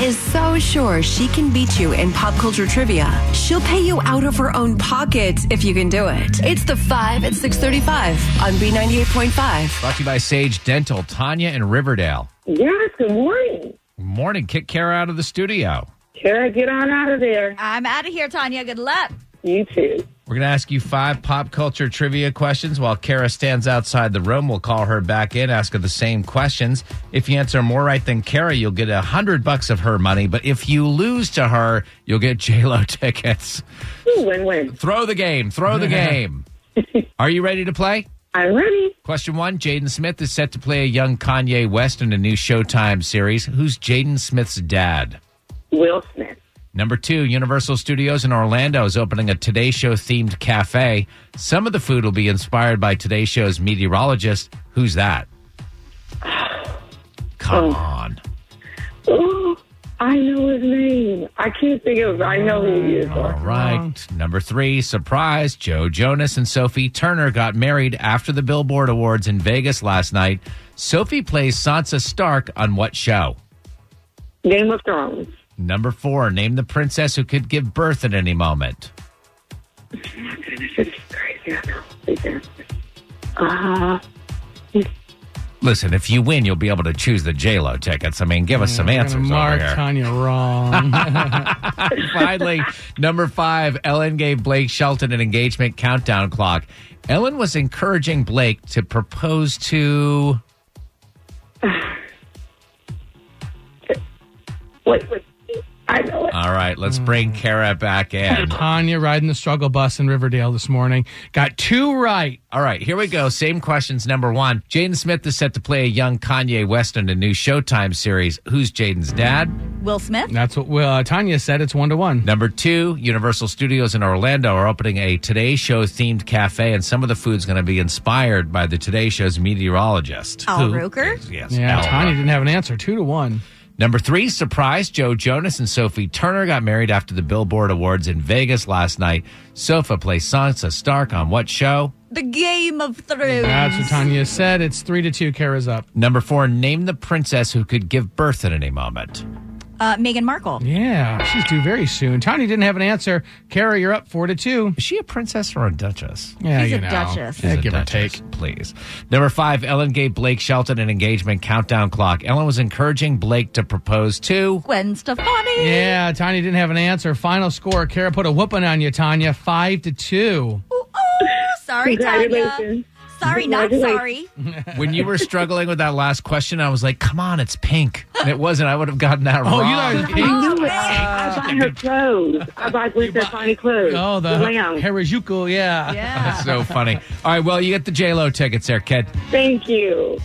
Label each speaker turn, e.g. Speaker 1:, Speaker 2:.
Speaker 1: is so sure she can beat you in pop culture trivia. She'll pay you out of her own pocket if you can do it. It's the 5 at 635 on B98.5.
Speaker 2: Brought to you by Sage Dental, Tanya and Riverdale.
Speaker 3: Yes, good morning.
Speaker 2: Morning, kick Kara out of the studio.
Speaker 3: Kara, get on out of there.
Speaker 4: I'm out of here, Tanya. Good luck.
Speaker 3: You too.
Speaker 2: We're going to ask you five pop culture trivia questions. While Kara stands outside the room, we'll call her back in, ask her the same questions. If you answer more right than Kara, you'll get a hundred bucks of her money. But if you lose to her, you'll get JLo tickets.
Speaker 3: Ooh, win win.
Speaker 2: Throw the game. Throw the game. Are you ready to play?
Speaker 3: I'm ready.
Speaker 2: Question one Jaden Smith is set to play a young Kanye West in a new Showtime series. Who's Jaden Smith's dad?
Speaker 3: Will Smith.
Speaker 2: Number two, Universal Studios in Orlando is opening a Today Show themed cafe. Some of the food will be inspired by Today Show's meteorologist. Who's that? Come on.
Speaker 3: Ooh, I know his name. I can't think of. I know who he is.
Speaker 2: All right. Number three, surprise. Joe Jonas and Sophie Turner got married after the Billboard Awards in Vegas last night. Sophie plays Sansa Stark on what show?
Speaker 3: Game of Thrones.
Speaker 2: Number four, name the princess who could give birth at any moment.
Speaker 3: Oh, goodness, this is crazy. I know. Wait there. Uh,
Speaker 2: Listen, if you win, you'll be able to choose the JLo tickets. I mean, give us some
Speaker 5: We're gonna
Speaker 2: answers over
Speaker 5: mark
Speaker 2: here.
Speaker 5: Tanya wrong.
Speaker 2: Finally, number five, Ellen gave Blake Shelton an engagement countdown clock. Ellen was encouraging Blake to propose to.
Speaker 3: wait, wait. I know it.
Speaker 2: All right, let's
Speaker 5: Hmm.
Speaker 2: bring Kara back in.
Speaker 5: Tanya riding the struggle bus in Riverdale this morning got two right.
Speaker 2: All right, here we go. Same questions. Number one, Jaden Smith is set to play a young Kanye West in a new Showtime series. Who's Jaden's dad?
Speaker 4: Will Smith.
Speaker 5: That's what uh, Tanya said. It's one to one.
Speaker 2: Number two, Universal Studios in Orlando are opening a Today Show themed cafe, and some of the food's going to be inspired by the Today Show's meteorologist.
Speaker 4: Al
Speaker 2: who
Speaker 4: Roker?
Speaker 2: is- Yes.
Speaker 5: Yeah,
Speaker 2: Al
Speaker 5: Tanya
Speaker 2: Roker.
Speaker 5: didn't have an answer. Two to one.
Speaker 2: Number three, surprise, Joe Jonas and Sophie Turner got married after the Billboard Awards in Vegas last night. Sofa plays Sansa Stark on what show?
Speaker 4: The Game of Thrones.
Speaker 5: That's what Tanya said. It's three to two. Kara's up.
Speaker 2: Number four, name the princess who could give birth at any moment.
Speaker 4: uh, Meghan Markle.
Speaker 5: Yeah, she's due very soon. Tanya didn't have an answer. Kara, you're up four to two.
Speaker 2: Is she a princess or a duchess?
Speaker 5: Yeah,
Speaker 4: She's
Speaker 5: you
Speaker 4: a
Speaker 5: know.
Speaker 4: duchess.
Speaker 5: Yeah,
Speaker 2: She's a
Speaker 5: give or
Speaker 2: duchess,
Speaker 5: take.
Speaker 2: Please. Number five, Ellen gave Blake Shelton an engagement countdown clock. Ellen was encouraging Blake to propose to.
Speaker 4: Gwen Stefani.
Speaker 5: Yeah, Tanya didn't have an answer. Final score. Kara put a whooping on you, Tanya. Five to two.
Speaker 4: Ooh, ooh, sorry, Tanya.
Speaker 3: Congratulations.
Speaker 4: Sorry, not sorry.
Speaker 3: Congratulations.
Speaker 2: When you were struggling with that last question, I was like, come on, it's pink. And it wasn't. I would have gotten that wrong.
Speaker 5: Oh, you thought it was pink?
Speaker 3: I knew it. I buy her clothes. I buy Gwen Stefani clothes.
Speaker 5: Oh, the
Speaker 3: Lamb.
Speaker 5: Harajuku. Yeah.
Speaker 4: Yeah.
Speaker 2: That's so funny. All right, well, you get the J Lo tickets there, kid.
Speaker 3: Thank you.